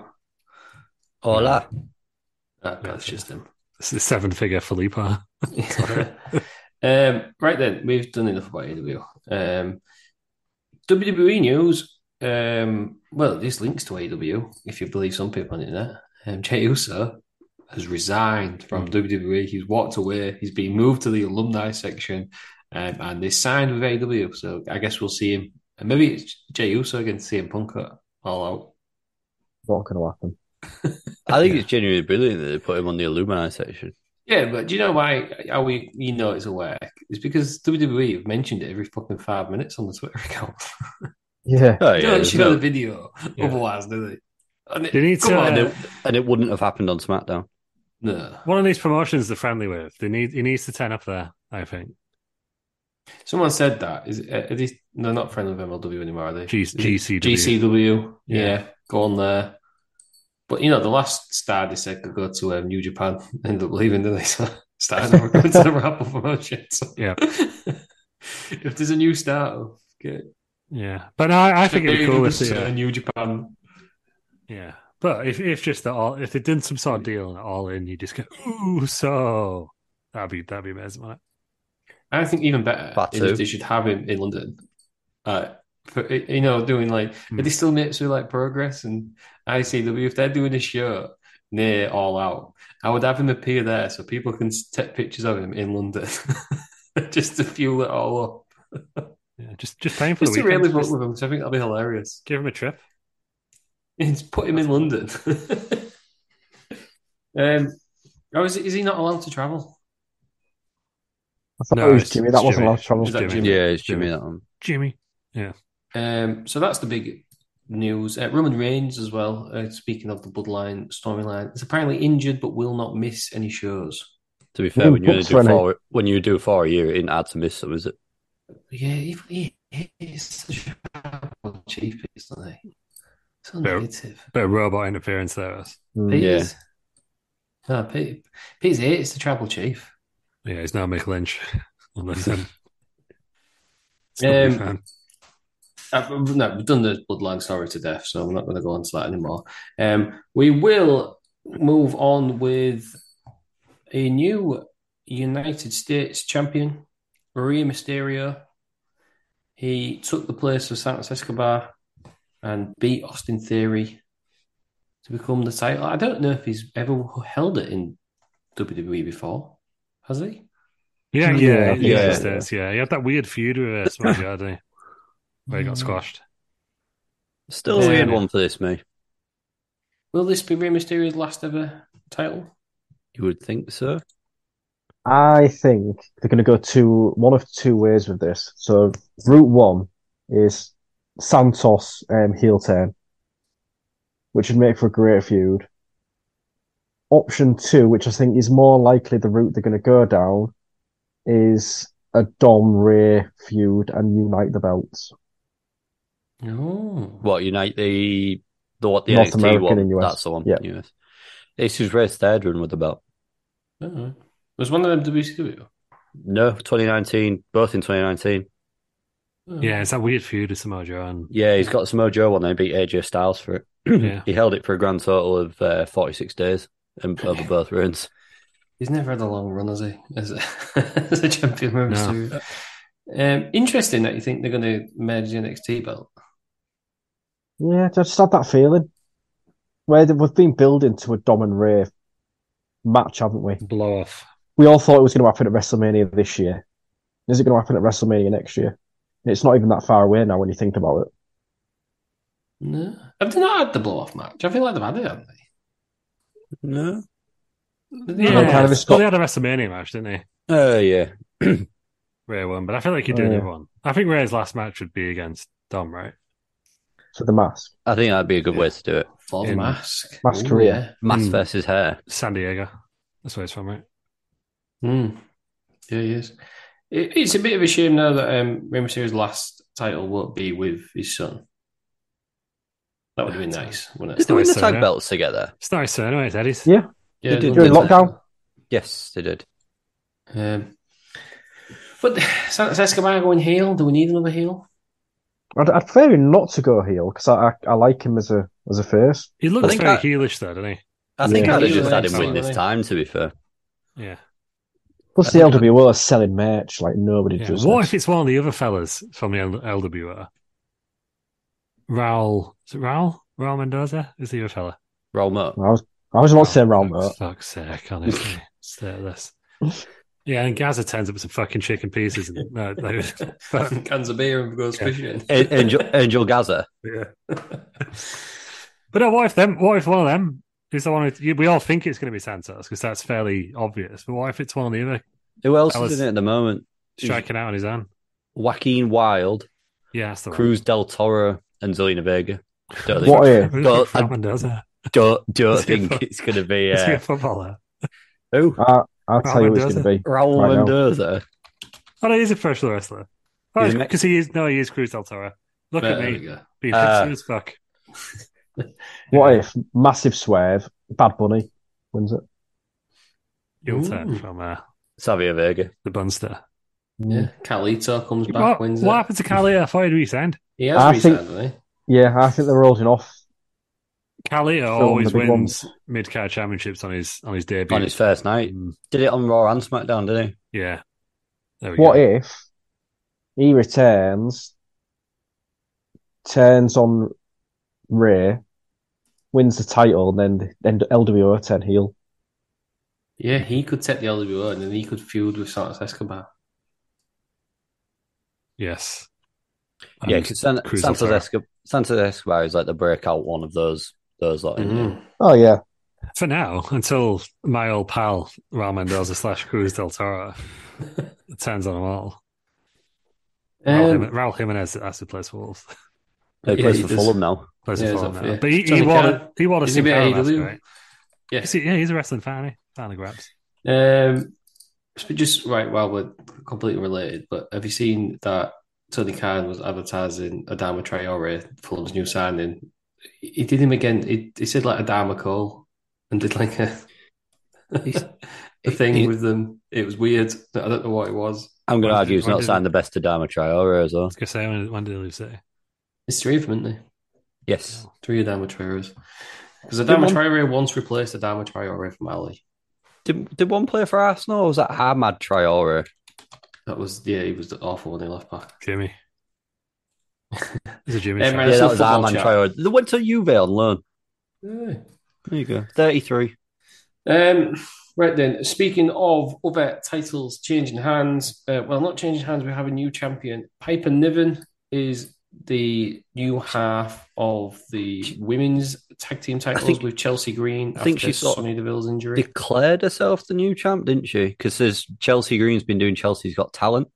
F: Hola.
C: That, that's just him.
E: This is seven figure Filippo.
C: um, right then, we've done enough about AW. Um, WWE news. Um, well, this links to AW, if you believe some people on the internet. Um, Jey Uso has resigned from WWE. He's walked away. He's been moved to the alumni section, um, and they signed with AW. So I guess we'll see him. And maybe it's Jey Uso against CM Punk at All Out.
D: Not going to happen.
F: I think it's genuinely brilliant that they put him on the alumni section.
C: Yeah, but do you know why? How we you know it's a work? It's because WWE have mentioned it every fucking five minutes on the Twitter account.
D: Yeah.
F: Oh,
C: They
F: yeah.
C: don't
F: there's
C: show the
F: no-
C: video
E: Yeah.
C: otherwise, do they? And it-
E: They need
C: come
E: to,
C: on,
F: And
E: uh,
F: it, and it wouldn't have happened on SmackDown.
C: no.
E: One of these promotions they're friendly with. They need he needs to turn up there. I think.
C: Someone said that. Is it, uh, are they, they're not friends with MLW anymore, are they?
E: G-
C: Is it
E: GCW.
C: GCW. Yeah.
E: Yeah.
C: go on there. But you know, the last star they said could go to um, New Japan ended up leaving, didn't they? So stars never going to the Rumble promotion. So.
E: Yeah.
C: if there's a new star, okay.
E: Yeah, but no, I, I think it'd be cool if they. uh,
C: a New Japan.
E: Yeah, but if if just at all if they did some sort of deal and all in, you just go ooh so that'd be that'd be amazing. Wouldn't
C: I think even better is
F: Batu.
C: if they should have him in London. Uh, for, you know, doing like
E: Hmm.
C: are they still mates with like Progress and ICW? If they're doing a show near All Out, I would have him appear there so people can s- take pictures of him in London. just to fuel it all up.
E: Yeah, just just paying for
C: just
E: the
C: to
E: weekend.
C: really fuck
E: Just
C: with him, so I think that'll be hilarious.
E: give him a trip.
C: It's put him in London. um, oh, is, is he not allowed to travel?
D: I thought
E: No,
D: it was
E: it's-
D: Jimmy. That
E: it's
D: wasn't
E: Jimmy.
D: last travel.
C: Is that
E: Jimmy.
C: Jimmy?
F: Yeah, it's Jimmy that one.
E: Jimmy.
C: Um, so that's the big news. Uh, Roman Reigns as well. Uh, speaking of the Bloodline storyline, is apparently injured but will not miss any shows.
F: To be fair, when you only
D: booked
F: do
D: for any.
F: four when you do four a year, it ain't hard to miss them, is it?
C: Yeah, if he hits the show, cheap, isn't he? So
E: Fair.
C: negative.
E: Bit of robot interference there. that's-
C: Pete
F: Yeah.
C: is- No, Pete, Pete's it. It's the travel chief.
E: Yeah, it's now Mick Lynch. Unless um,
C: Um,
E: um, fan.
C: I've, I've- no, we've done the bloodline story to death, so we're not going to go on to that anymore. Um, we will move on with a new United States champion, Maria Mysterio. He took the place of Santos Escobar and beat Austin Theory to become the title. I don't know if he's ever held it in WWE before. Has he?
E: Yeah,
D: Yeah,
E: yeah,
F: yeah.
E: yeah, yeah. yeah. He had that weird feud with uh, Smash, didn't he? Where he
D: Mm.
E: got squashed.
F: Still a
C: Yeah.
F: weird one for this, me.
C: Will this be Rey Mysterio's last ever title?
F: You would think so.
D: I think they're going to go two, one of two ways with this. So route one is Santos um, heel turn, which would make for a great feud. Option two, which I think is more likely the route they're going to go down, is a Dom Ray feud and unite the belts.
C: No.
F: What unite the the what the
D: North
F: NXT
D: American
F: one?
D: and US.
F: That's the one.
D: Yeah.
F: US. This is Ray Stead run with the belt.
C: Oh. Was one of them WCW?
F: No, 2019, both in 2019.
C: Oh.
E: Yeah, it's that weird feud with Samoa Joe and
F: Yeah, he's got some Mojo one. They beat AJ Styles for it.
E: Yeah.
F: He held it for a grand total of uh, 46 days and over both runs.
C: He's never had a long run, has he? As a, as a champion member.
E: No.
C: Um, interesting that you think they're going to merge the NXT belt.
D: Yeah, I just had that feeling. Where they- we've been building to a Dom and Ray match, haven't we?
E: blow off.
D: we all thought it was going to happen at WrestleMania this year. Is it going to happen at WrestleMania next year? And it's not even that far away now when you think about it.
C: No. Have they not had the blow off match? I feel like they've had it, haven't
F: No.
C: they?
E: Yeah,
D: Well, kind of a
E: well,
D: Scott-
E: they had a WrestleMania match, didn't they?
F: Oh, yeah.
E: Ray won, but I feel like he
D: Oh,
E: did
D: yeah.
E: another one. I think Ray's last match would be against Dom, right?
D: So the mask.
F: I think that'd be a good way to do it.
C: For the
E: In
C: mask.
D: Mask
C: Ooh,
D: career.
F: Mask
E: Mm.
F: versus hair.
E: San Diego. That's where he's from, right?
C: Yeah. Mm. Yeah, he is. It, it's a bit of a shame now that um, Rey Mysterio's last title won't be with his son. That would have been nice, wouldn't
F: Did
C: it?
F: they win the
E: nice,
F: tag
E: yeah.
F: belts together?
E: It's nice, so anyway, it's Eddie's.
D: Yeah.
C: Yeah,
F: did
C: London
F: during
C: title.
D: lockdown.
F: Yes, they did.
C: Um, but Santos Escobar going heel. Do we need another heel?
D: I'd, I'd prefer him not to go heel because I, I I like him as a as a face.
E: He
F: I
E: looks
F: think
E: very
F: I-
E: heelish, though, doesn't he?
F: I think
D: Yeah.
F: I'd have
C: Yeah.
F: just had him
C: Yeah.
F: win this
C: Yeah.
F: time, to be fair.
E: Yeah.
D: Plus the LWO are selling merch like nobody
E: yeah.
D: does.
E: What
D: this.
E: if it's one of the other fellas from the L- LWO? Raul. Is it Raul? Raul Mendoza? Is the other fella?
F: Roll 'em up.
D: I was I was about to say
E: For
D: Rambo.
E: fuck's sake, honestly. Stay at this. Yeah, and Gaza turns up with some fucking chicken pieces. And, uh, no, no, but,
C: Cans of beer and goes fishing.
F: A- Angel, Angel Gaza.
E: yeah. but no, what if them? What if one of them is the one? Who, we all think it's going to be Santos because that's fairly obvious. But what if it's one of the other
F: Who else
E: That
F: is
E: was-
F: in it at the moment?
E: striking out on his own?
F: Joaquin Wild,
E: Yeah, that's the
F: Cruz Del Toro, and Zelina Vega. Don't
D: What
F: think,
D: if?
E: One.
F: Don't-
E: Don't,
F: I- don't, don't think it's going to be.
E: Is he
F: Uh,
E: a footballer?
F: who?
D: I, I'll tell you what it's
E: Mendoza.
D: going to be.
F: Raul
D: Right now.
F: Mendoza.
E: Oh, no, he's a professional wrestler.
F: He's a-
E: Because he is. No, he is Cruz Del Toro. Look
C: There
E: at
C: we
E: me.
C: go.
E: Being
F: Uh,
E: hipster as fuck.
D: What if massive swerve? Bad Bunny wins it.
E: Heel turn
C: Ooh.
E: from uh,
F: Savio Vega.
E: the Bunster.
C: Yeah, Calito comes back,
E: What,
C: wins
E: what
C: it.
E: happened to Cali? I thought he'd resigned.
C: He has
D: I
C: resigned,
D: think-
C: hasn't
D: Yeah, I think they're rolling off.
E: Cali
D: Still
E: always
D: the big
E: wins mid card championships on his on his debut.
F: On his first night.
E: Mm,
F: Did it on Raw and SmackDown, didn't he?
E: yeah. There we
D: What
E: go.
D: if he returns, turns on Ray, wins the title, and then then LWO turn heel?
C: he? Yeah, he could take the LWO and then he could feud with Santos Escobar.
E: Yes. Um,
F: Yeah,
E: And
F: because San-
E: Cruz
F: Santos,
E: Alfaro.
F: Escobar, Santos Escobar is like the breakout one of those those lot. isn't it?
C: Mhm.
D: Oh yeah,
E: For now, until my old pal Raul Mendoza slash Cruz del Toro turns on them all. Raul,
C: Um,
E: Jim- Raul Jimenez has to play for Wolves.
F: They
C: Yeah,
F: plays
C: he
F: for
C: does.
F: Fulham now.
E: Plays
C: Yeah,
E: for
C: he's
E: Fulham
C: up
E: now.
C: for it.
E: But he, he
C: Johnny
E: wore
C: Carr.
E: a, he wore a
C: Is he a bit
E: Sincaro mask,
C: AEW?
E: right?
C: yeah.
E: He's- Yeah, he's a wrestling fan. He fan of grabs.
C: Um, but just right while we're completely related, but have you seen that Tony Khan was advertising Adama Traore, Fulham's new signing? He did him again. He, he said like Adama Cole and did like a a thing
F: he-
C: with them. It was weird. I don't know what it was.
F: I'm going to
E: Why
F: argue
E: did-
F: he's
E: why
F: not
E: did-
F: signed the best to Dama Traore as well.
E: Let's go say when, when did he leave City?
C: It's three of them, isn't it?
F: Yes.
C: Three Adama Traores. Because Adama Traore once replaced Adama Traore from Ali.
F: Did, did one play for Arsenal or was that Ahmad Traore?
C: That was yeah, he was awful when he left back.
E: Jimmy. Is it Jimmy?
C: Yeah,
E: Traore?
C: man,
F: Yeah,
C: That's
F: that
C: a
F: was
C: football
F: Ahmad
C: chat.
F: Traore. They went to Juve on loan.
C: Yeah.
F: There you go. 33.
C: Um, right then, speaking of other titles changing hands, uh, well, not changing hands, we have a new champion. Piper Niven is the new half of the women's tag team titles
F: think-
C: with Chelsea Green
F: I think
C: after
F: she sort of-
C: Sonia Deville's injury.
F: Declared herself the new champ, didn't she? Because there's Chelsea Green's been doing Chelsea's Got Talent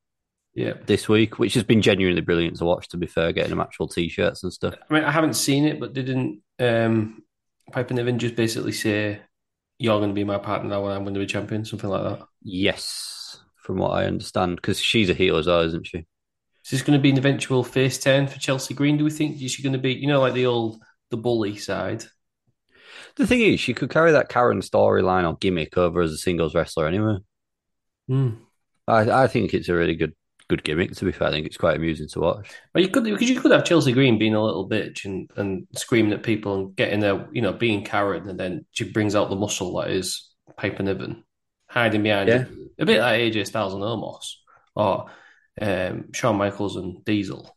C: Yeah.
F: this week, which has been genuinely brilliant to watch, to be fair, getting them actual t shirts and stuff.
C: I mean, I haven't seen it, but didn't um, Piper Niven just basically say, You're going to be my partner now and I'm going to be champion, something like that?
F: Yes, from what I understand, because she's a heel as well, isn't she?
C: Is this going to be an eventual face turn for Chelsea Green? Do we think is she going to be, you know, like the old the bully side?
F: The thing is, she could carry that Karen storyline or gimmick over as a singles wrestler anyway.
C: Hmm.
F: I, I think it's a really good good gimmick. To be fair, I think it's quite amusing to watch.
C: Well, you could because you could have Chelsea Green being a little bitch and, and screaming at people and getting there, you know, being carried, and then she brings out the muscle that is Piper Niven, hiding behind
F: Yeah.
C: it. a bit like AJ Styles and Omos or um, Shawn Michaels and Diesel.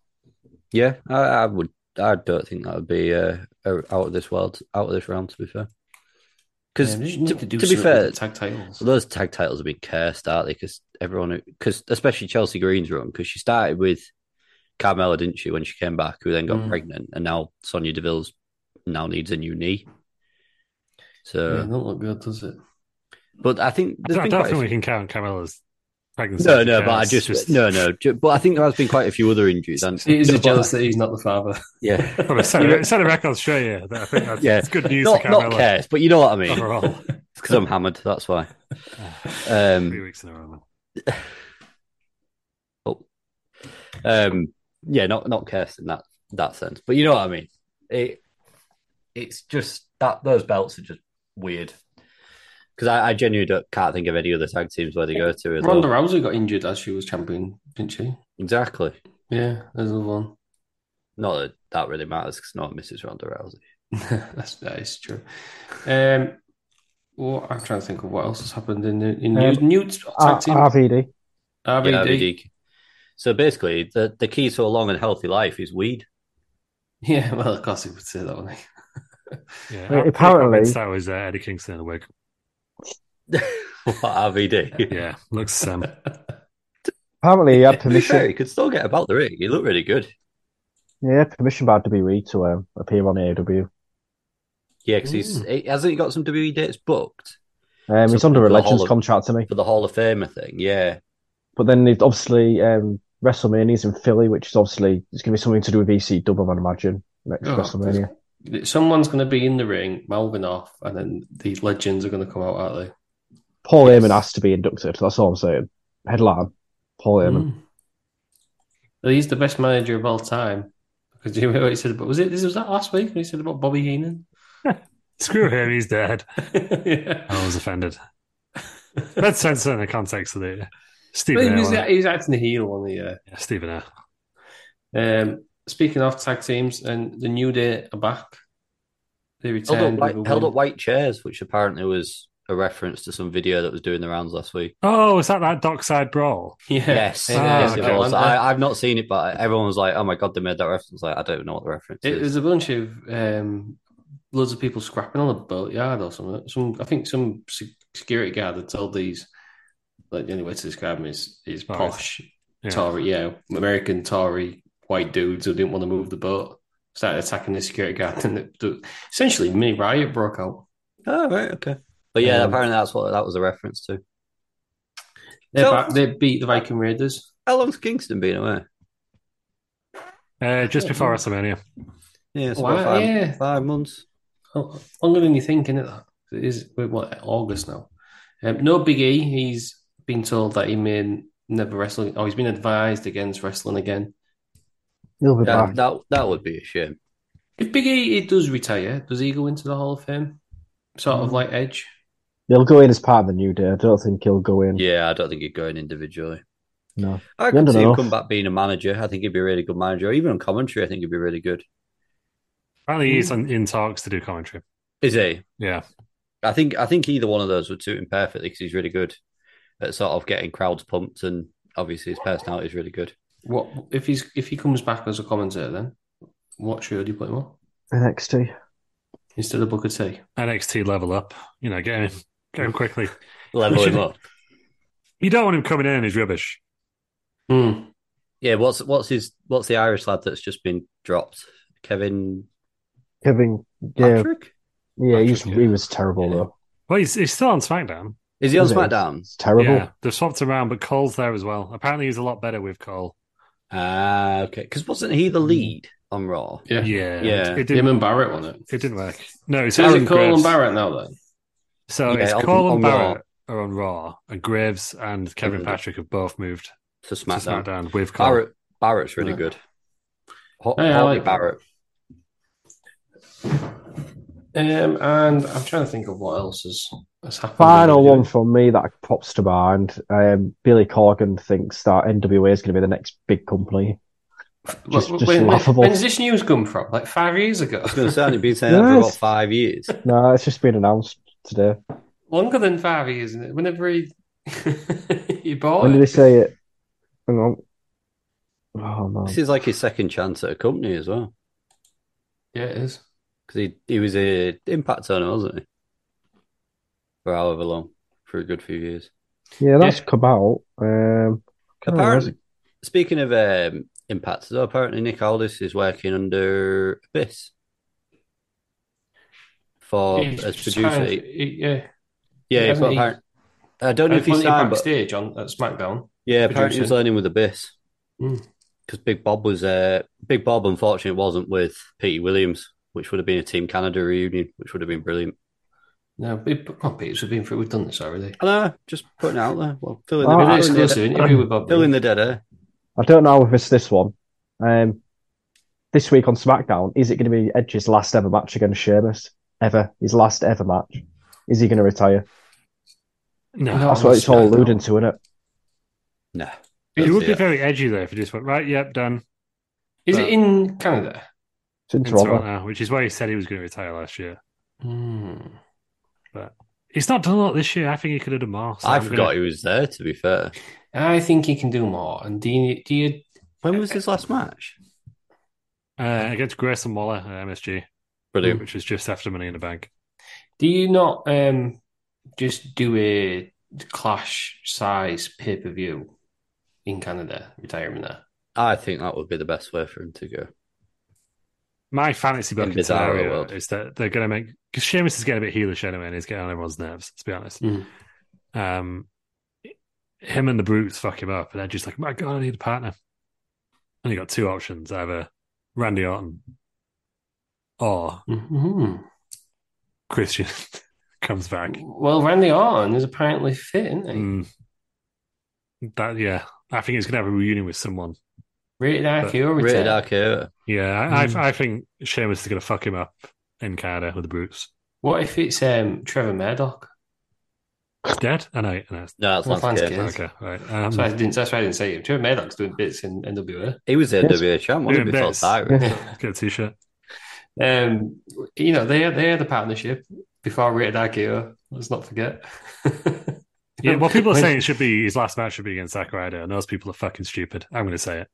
F: Yeah, I, I would. I don't think that would be uh, out of this world, out of this realm. To be fair, because
C: Um, they just
F: to,
C: need do
F: to be
C: something with
F: fair,
C: the tag titles.
F: those tag titles have been cursed, aren't they? Because everyone, because especially Chelsea Green's run, because she started with Carmella, didn't she? When she came back, who then got
C: Mm.
F: pregnant, and now Sonia Deville's now needs a new knee. So,
C: Yeah, don't look good, does it?
F: but I think
E: I
F: there's
E: don't, I
F: been
E: don't
F: quite a
E: think we can count Camilla's pregnancy.
F: No,
E: as a
F: no, but I
E: curse,
F: just, no, no. ju- But I think there has been quite a few other injuries. And
C: It is
F: no,
C: a
F: but-
C: jealous that he's not the father.
F: Yeah,
E: Well, it's set,
F: You know-
E: it's set a record straight here. that I think that's,
F: Yeah.
E: it's good news
F: not
E: for
F: not
E: Carmella
F: cares, but you know what I mean.
E: overall.
F: It's because I'm hammered. That's why.
E: Three
F: Um,
E: weeks in a row. Man.
F: um, yeah, not not cursed in that that sense, but you know what I mean. It it's just that those belts are just weird because I, I genuinely don't- can't think of any other tag teams where they go to. as
C: Ronda
F: well.
C: Rousey got injured as she was champion, didn't she?
F: Exactly.
C: Yeah, there's another one.
F: Not that that really matters because not Mrs. Ronda Rousey.
C: That's that is true. Um, well, I'm trying to think of what else has happened in the in news.
D: Um,
C: New tag
D: R-
C: team
D: RVD.
C: RVD.
F: Yeah, RVD. So basically, the the key to a long and healthy life is weed.
C: Yeah, well, of course he would say that, wouldn't he?
E: Yeah,
D: Well,
E: I- I think
D: apparently-
E: that was uh, Eddie Kingston in the wig.
F: What RVD?
E: Yeah, looks um, Sam.
D: Apparently, he had
F: To be fair,
D: permission.
F: he could still get about the ring. He looked really good.
D: Yeah, he had permission by WWE to um, appear on AEW.
F: Yeah, because he's he, hasn't he got some WWE dates booked
D: Um, he's
F: So
D: under a
F: for the
D: Legends
F: whole of-
D: contract to me,
F: for the Hall of Famer thing. Yeah,
D: but then he's obviously um, WrestleMania's in Philly, which is obviously it's going to be something to do with ECW, I'd imagine. Next
C: Oh,
D: WrestleMania.
C: Someone's going to be in the ring, mouthing off, and then the legends are going to come out, aren't
D: Paul Heyman has to be inducted. That's all I'm saying. Headline: Paul
C: they? Hmm.
D: Heyman.
F: Mm.
C: Well, He's the best manager of all time. Because do you remember what he said about? Was it this was that last week? When he said about Bobby Heenan.
E: Screw him, he's dead.
C: yeah.
E: I was offended. Let's sense in the context of the
C: But he
E: Stephen. A.
C: was,
E: one.
C: he was acting the heel on the uh,
E: Yeah, Stephen A.
C: Um, speaking of tag teams, and the New Day are back. They
F: held up
C: returned with a
F: white, held
C: win.
F: up white chairs, which apparently was a reference to some video that was doing the rounds last week.
E: Oh, is that that dockside brawl?
C: Yeah.
F: Yes,
C: In, uh,
E: Ah,
F: yes, it was.
C: Atlanta.
F: I, I've not seen it, but everyone was like, "Oh my god, they made that reference!" Like, I don't know what the reference
C: It
F: is.
C: was a bunch of um, loads of people scrapping on a boatyard or something. Some, I think, some se- security guard had told these. Like the only way to describe him is is
E: Oh,
C: posh.
E: Yeah.
C: Tory, yeah, American Tory white dudes who didn't want to move the boat started attacking the security guard, and it, essentially, mini riot broke out.
F: Oh, right, okay. But yeah,
C: Um,
F: apparently that's what that was a reference to.
C: They,
F: So-
C: ba- they beat the Viking Raiders.
F: How long's Kingston been away?
E: Uh, just before WrestleMania.
F: Yeah, it's
C: Wow,
F: about five,
C: yeah.
F: five months.
C: Oh, Longer than you think, isn't it? that? It is we're, what August now. Um, no Big E. He's been told that he may never wrestle. Oh, he's been advised against wrestling again.
D: He'll be
F: That,
D: back.
F: that that would be a shame.
C: If Big E does retire, does he go into the Hall of Fame? Sort
E: Mm.
C: of like Edge.
D: He'll go in as part of the new day. I don't think he'll go in.
F: Yeah, I don't think he'd go in individually.
D: No.
F: I
D: Yeah, I
F: could
D: don't
F: see
D: know.
F: him come back being a manager. I think he'd be a really good manager. Even on commentary, I think he'd be really good.
E: Apparently,
F: Mm.
E: he's on, in talks to do commentary.
F: Is he?
E: Yeah.
F: I think I think either one of those would suit him perfectly because he's really good at sort of getting crowds pumped, and obviously his personality is really good.
C: What if he's if he comes back as a commentator? Then what show do you put him on
D: NXT.
C: instead of Booker T?
E: NXT level up. You know, get him, get him quickly.
F: Level
E: Which
F: him
E: is-
F: up.
E: You don't want him coming in and he's rubbish.
C: Hmm.
F: Yeah, what's what's his what's the Irish lad that's just been dropped? Kevin
D: Kevin. Yeah,
F: Patrick?
D: yeah. He's,
E: Patrick,
D: He
E: yeah.
D: was terrible
F: Yeah.
D: though.
E: Well, he's, he's still on SmackDown.
F: Is he on
D: Is it?
F: SmackDown?
D: It's terrible.
E: Yeah, they've swapped around, but Cole's there as well. Apparently, he's a lot better with Cole.
F: Ah, okay. Because wasn't he the lead on Raw?
C: Yeah.
E: Yeah,
F: Yeah.
E: It,
C: Him
E: didn't,
C: and Barrett won it.
E: it didn't work. No, it's
C: So is
E: Aaron
C: it Cole
E: Graves.
C: and Barrett now then?
E: So
F: Yeah,
E: it's
F: on-
E: Cole
F: on
E: and
F: Raw.
E: Barrett are on Raw, and Graves and Kevin
C: Mm-hmm.
E: Patrick have both moved
F: To
E: to
F: SmackDown.
E: SmackDown with Cole.
F: Barrett Barrett's really
C: Yeah.
F: good. Ho-
C: Yeah, I
F: Hartley
C: like that.
F: Barrett.
C: Um, and I'm trying to think of what else has, has happened.
D: Final one from me that pops to mind. Um, Billy Corgan thinks that NWA is going to be the next big company. Just-
C: Look,
D: just
C: when,
D: laughable.
C: When's this news come from? Like five years ago?
F: I was going to say, I've been saying that for about
D: Yes.
F: five years.
D: No, it's just been announced today.
C: Longer than five years, isn't it? Whenever he, he bought
D: When
C: it.
D: did they say it? Hang on. Oh man.
F: This is like his second chance at a company as well.
C: Yeah, it is.
F: Because he, he was a impact owner, wasn't he? For however long, for a good few years.
D: Yeah, that's
C: Yeah.
D: come out. Um, can't remember, is
F: Apparently,
D: it?
F: speaking of um, impact, though, apparently Nick Aldis is working under Abyss for
C: He's
F: Oh, as
C: just
F: producer.
C: kind of- he- yeah.
F: yeah,
C: hasn't
F: but
C: he-
F: apparent- I don't know
C: I
F: if he's
C: wasn't he
F: signed, but
C: backstage on at SmackDown.
F: Yeah, apparently he was
C: producer.
F: learning with Abyss.
C: Mm.
F: Because Big Bob was uh, Big Bob, unfortunately, wasn't with Petey Williams, which would have been a Team Canada reunion, which would have been brilliant.
C: No, but but come on, Peters, we've been through. We've done this already.
F: I know, just putting it out there. Well, fill in
D: Oh,
F: the,
C: An
D: I-
F: fill in the,
C: exclusive interview with Bob.
F: fill in the dead air.
D: I don't know if it's this one. Um, this week on SmackDown, is it going to be Edge's last ever match against Sheamus? Ever his last ever match? Is he going to retire?
E: No,
C: No.
D: That's what it's all
C: SmackDown.
D: alluding to, isn't it?
F: Nah.
E: it would be
F: Yeah.
E: very edgy though if you just went right. Yep, done.
C: Is it in Canada?
D: It's in
E: in
D: Toronto.
E: Toronto, which is why he said he was going to retire last year.
C: Hmm.
E: He's not done a lot this year. I think he could have done more. so
F: I
E: I'm
F: forgot
E: gonna-
F: he was there, to be fair.
C: I think he can do more. And do you, do you
F: When was his last match?
E: uh, against Grayson Waller at MSG,
F: Brilliant.
E: which was just after Money in the Bank.
C: Do you not um just do a clash size pay per view in Canada, retirement there?
F: I think that would be the best way for him to go.
E: My fantasy
F: In
E: booking
F: Bizarro
E: scenario
F: world.
E: is that they're going to make because Sheamus is getting a bit heelish anyway, and he's getting on everyone's nerves. To be honest,
C: Mm.
E: um, him and the brutes fuck him up, and they're just like, "My God, I need a partner." And you got two options: either Randy Orton or
F: Mm-hmm.
C: hmm
E: Christian comes back.
C: Well, Randy Orton is apparently fit, isn't he?
E: Mm. That yeah, I think he's going to have a reunion with someone.
C: Rated RKO
F: Rated
C: return.
F: RKO.
E: Yeah, I,
C: Hmm.
E: I, I think Sheamus is going to fuck him up in Canada with the brutes.
C: What if it's um Trevor Murdoch?
E: Dead? Oh, I know. I know.
F: No, that's
C: Well, Lance
F: Lance Case.
C: Case.
E: Okay, right.
F: Mm.
E: Um,
C: So I didn't, that's why I didn't say it. Trevor Murdoch's doing bits in NWA.
F: He was the
D: Yes.
F: NWA champ, wasn't
E: Doing
F: he, before
E: bits.
F: Cyrus?
E: Get a t-shirt.
C: Um, you know they they had a partnership before Rated RKO. Let's not forget.
E: Yeah, well, people are
C: When-
E: saying it should be his last match should be against Zack Ryder, and those people are fucking stupid. I'm going to say it.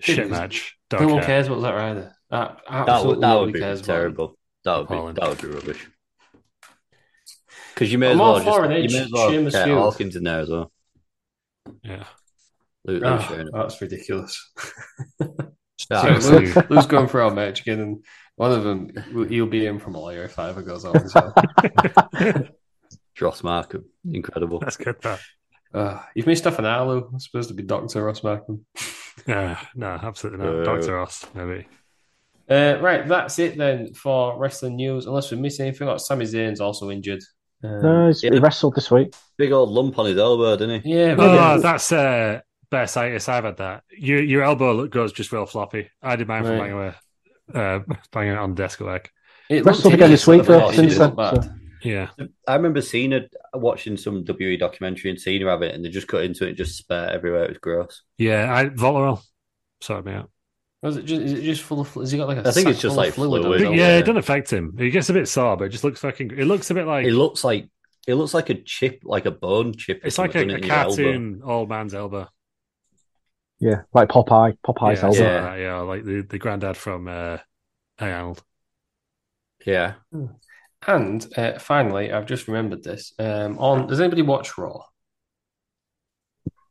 E: Shit
C: It is.
E: match.
C: no
E: Don't
C: one
E: care.
C: cares about that rider. That,
F: That would,
C: absolutely
F: that
C: nobody
F: would be
C: cares about him.
F: terrible. That would
E: Appalling.
F: be that would be rubbish. Because you may
C: I'm
F: as
C: all
F: well
C: for
F: just
C: an
F: you
C: Edge
F: may as well
C: Sheamus
F: get
C: feud.
F: Hawkins in there as well.
E: Yeah.
F: Lou, Lou
C: Oh,
F: Schreiner.
C: that's ridiculous.
F: Yeah,
C: So
F: absolutely.
C: Lou, Lou's going for our match again, and one of them he'll be in for Malaria if that ever goes on as well.
F: Ross Markham, incredible.
E: Let's get that.
C: Uh, you've missed half an hour, Lou. I'm supposed to be Doctor Ross Markham.
E: Yeah, no, absolutely not.
F: Uh,
E: Doctor Ross, maybe.
C: Uh, right, that's it then for wrestling news. Unless we miss anything, like Sami Zayn's also injured. Um,
D: No, he's- he
F: yeah.
D: wrestled this week.
F: Big old lump on his elbow, didn't he?
D: Ah,
C: yeah, but-
E: Oh, that's uh, best itis I've had. That your your elbow look, goes just real floppy. I did mine from
C: Right.
E: banging away, uh, banging it on the desk at work.
C: it looked
D: Wrestled again
C: hideous
D: this week,
C: at the
D: though,
C: moment.
D: since
C: It
D: then.
C: looked bad.
D: so-
E: Yeah,
F: I remember Cena watching some WWE documentary and Cena having it, and they just cut into it, and just spat everywhere. It was gross.
E: yeah. I Volerol sorted me out.
C: Was it just, is it just full of? flu- Has he got like a
F: I think it's
C: sack
F: just
C: full of
F: like
C: fluid.
F: fluid.
C: on
E: But
C: it?
E: yeah,
F: yeah.
E: it doesn't affect him. He gets a bit sore, but it just looks fucking. It looks a bit like
F: It looks like it looks like a chip, like a bone chip. or
E: it's like
F: something,
E: a, a
F: doesn't it, in your elbow?
E: cartoon old man's elbow.
D: Yeah, like Popeye. Popeye's
E: yeah,
D: elbow.
E: something
F: Yeah.
E: Like, that, yeah, like the the granddad from uh, Hey Arnold.
F: Yeah,
C: And uh, finally, I've just remembered this. Um, on does anybody watch Raw?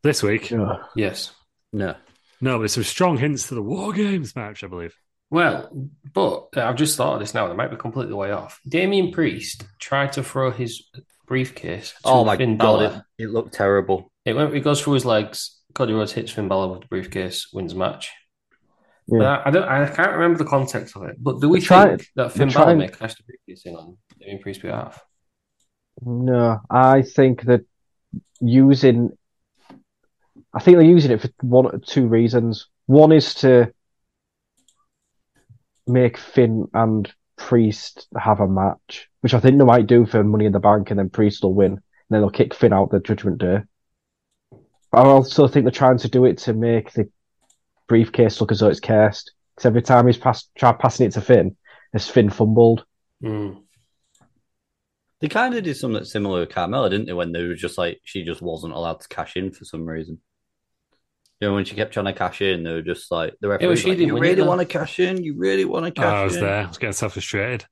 E: This week,
D: Yeah.
C: Yes.
F: no,
E: no, but some strong hints to the War Games match, I believe.
C: Well, but uh, I've just thought of this now, and it might be completely way off. Damien Priest tried to throw his briefcase to
F: oh my
C: Finn
F: god,
C: Balor.
F: it, it looked terrible.
C: It went. It goes through his legs. Cody Rhodes hits Finn Balor with the briefcase, wins the match.
D: Yeah.
C: But I, I don't. I can't remember the context of it. But do we
D: They're trying-
C: think that Finn
D: they're
C: Balor
D: trying-
C: may cash the briefcase in on Damien Priest's behalf?
D: No, I think that using, I think they're using it for one or two reasons. One is to make Finn and Priest have a match, which I think they might do for Money in the Bank, and then Priest will win, and then they'll kick Finn out the Judgment Day. I also think they're trying to do it to make the briefcase look as though it's cursed, because every time he's pass try passing it to Finn, it's Finn fumbled.
C: Mm.
F: They kind of did something similar with Carmella, didn't they? When they were just like she just wasn't allowed to cash in for some reason. You know, when she kept trying to cash in, they were just like the referee.
C: well,
F: was
C: she
F: like,
C: didn't
F: you
C: win it,
F: really
C: though.
F: want to cash in? You really want to cash
E: Oh, I was
F: in?
E: there. I was getting so frustrated. I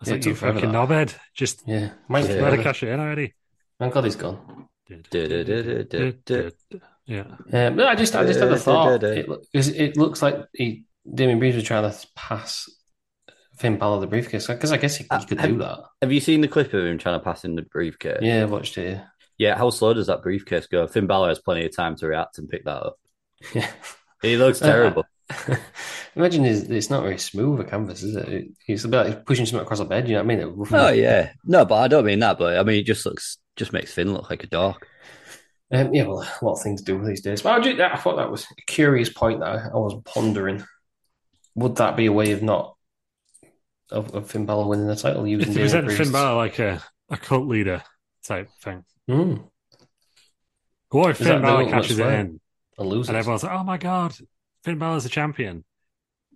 E: was
C: Yeah, it
E: like, you
C: took forever,
E: fucking
C: that.
E: knobhead. Just
C: Yeah. Might
F: Yeah.
C: be.
E: let her cash it in already.
C: Thank God he's gone.
F: Du-du-du-du-du-du.
E: Yeah.
C: Um, no, I just, I just had a
F: Uh,
C: thought.
F: da,
D: eh?
F: da, da.
C: It, loo- 'cause it looks like he, Damien Priest was trying to pass Finn Balor the briefcase because I guess he, he
F: Uh,
C: could
F: have-
C: do that.
F: Have you seen the clip of him trying to pass in the briefcase?
C: Yeah, I watched it. yeah.
F: Yeah, how slow does that briefcase go? Finn Balor has plenty of time to react and pick that up.
C: Yeah.
F: He looks terrible.
C: Imagine it's, it's not very smooth a canvas, is it? it it's about like pushing something across a bed. You know what I mean? It roughly-
F: oh yeah, no, but I don't mean that. But I mean, it just looks just makes Finn look like a dog.
C: Um, yeah, well, a lot of things to do these days. But I, ju- I thought that was a curious point that I, I was pondering. Would that be a way of not of, of Finn Balor winning the title
E: If
C: using
E: they
C: Damien
E: present Finn
C: Priest?
E: Balor like a, a cult leader type thing.
C: Hmm,
E: Or if
C: Is
E: Finn
C: that
E: Balor
C: the-
E: cashes it
C: what's that?
E: in
C: a loser.
E: and everyone's like, oh my God, Finn Balor's a champion.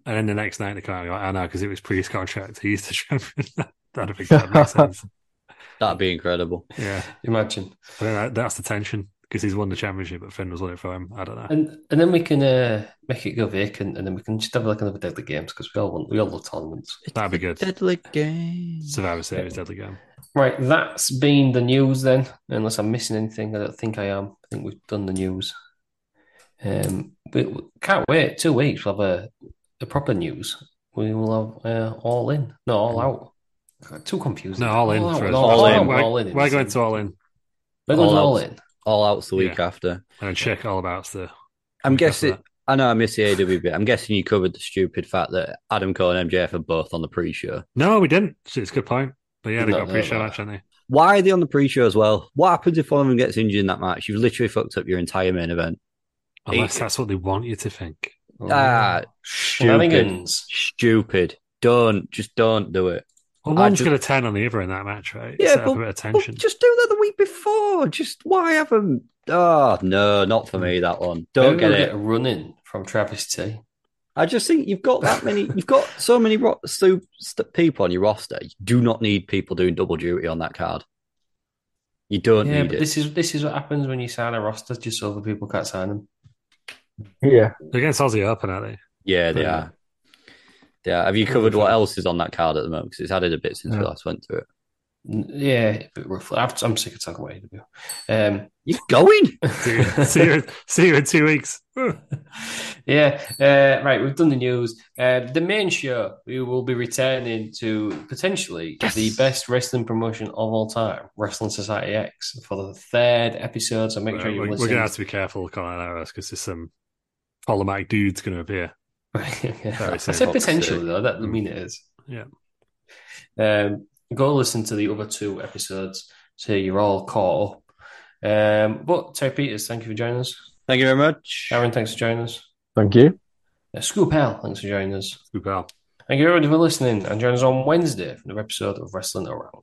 E: And then the next night they come out and go, I know, because it was Priest contract. He's the champion. I don't think that makes sense.
F: That'd be incredible.
E: Yeah.
C: Imagine.
E: I think that, that's the tension because he's won the championship, but Finn was won it for him. I don't know.
C: And and then we can uh, make it go vacant, and then we can just have like another deadly games because we all want we all love tournaments.
E: That'd be good.
F: Deadly game.
E: Survivor Series, Deadly Game.
C: Right, that's been the news then. Unless I'm missing anything, I don't think I am. I think we've done the news. Um, we, we can't wait. Two weeks we'll have a, a proper news. We will have uh, all in, no all out.
F: Hmm.
C: God, Too confusing.
E: No, all in
C: out
E: for
C: and
E: us.
C: all,
F: All
C: out
F: in.
C: and
E: We're,
C: all in.
E: we're going to all in.
C: We're going to
F: All
C: all
F: out.
C: in.
F: All out's the week
E: Yeah.
F: after.
E: And then check all about the.
F: I'm
E: week
F: guessing.
E: after
F: I know I missed the AW bit. I'm guessing you covered the stupid fact that Adam Cole and MJF are both on the pre-show.
E: No, we didn't. So it's a good point. But yeah, they
C: No,
E: got a
C: no,
E: pre-show
C: no.
E: match, haven't
F: Why are they on the pre-show as well? What happens if one of them gets injured in that match? You've literally fucked up your entire main event.
E: they? Unless
F: Eight.
E: that's what they want you to think.
F: Ah, stupid,
C: Shenanigans.
F: stupid. Don't just don't do it.
E: Well,
F: I
E: one's
F: just-
E: going to turn on the other in that match, right?
F: Yeah,
E: Set up
F: but-
E: a bit of
F: Well,
E: tension.
F: just do that the week before. Just why have them? Oh no, not for me that one. Don't
C: Maybe
F: get
C: we'll
F: it.
C: a run in from Travis T.
F: I just think you've got that many. You've got so many ro- so st- people on your roster. You do not need people doing double duty on that card. You don't
C: Yeah,
F: need
C: but
F: it.
C: this is this is what happens when you sign a roster just so other people can't sign them.
D: Yeah,
E: They're against Aussie Open, are they?
F: yeah, they
E: Yeah.
F: are. Yeah. Have you covered what else is on that card at the moment? Because it's added a bit since we
D: Yeah.
F: last went through it.
C: Yeah, a bit roughly. I've, I'm sick of talking about AEW. Um,
F: You're going?
E: See you, see you, see you in two weeks.
C: yeah, uh, right. We've done the news. Uh, the main show we will be returning to potentially the best wrestling promotion of all time, Wrestling Society X, for the third episode. So make
E: Well,
C: sure you
E: we're,
C: listen.
E: we're gonna have to be careful calling out us because there's some polymac dudes gonna appear.
C: yeah.
E: Very
C: I
E: soon. Mm.
C: said potentially though. That I mean it is.
E: Yeah.
C: Um, go listen to the other two episodes so you're all caught up. Um, but Terry Peters, thank you for joining us.
F: Thank you very much.
C: Aaron, thanks for joining us.
D: Thank you.
C: Uh, Scoop Hell, thanks for joining us.
E: Good pal.
C: Thank you everyone for listening and join us on Wednesday for another episode of Wrestling Around.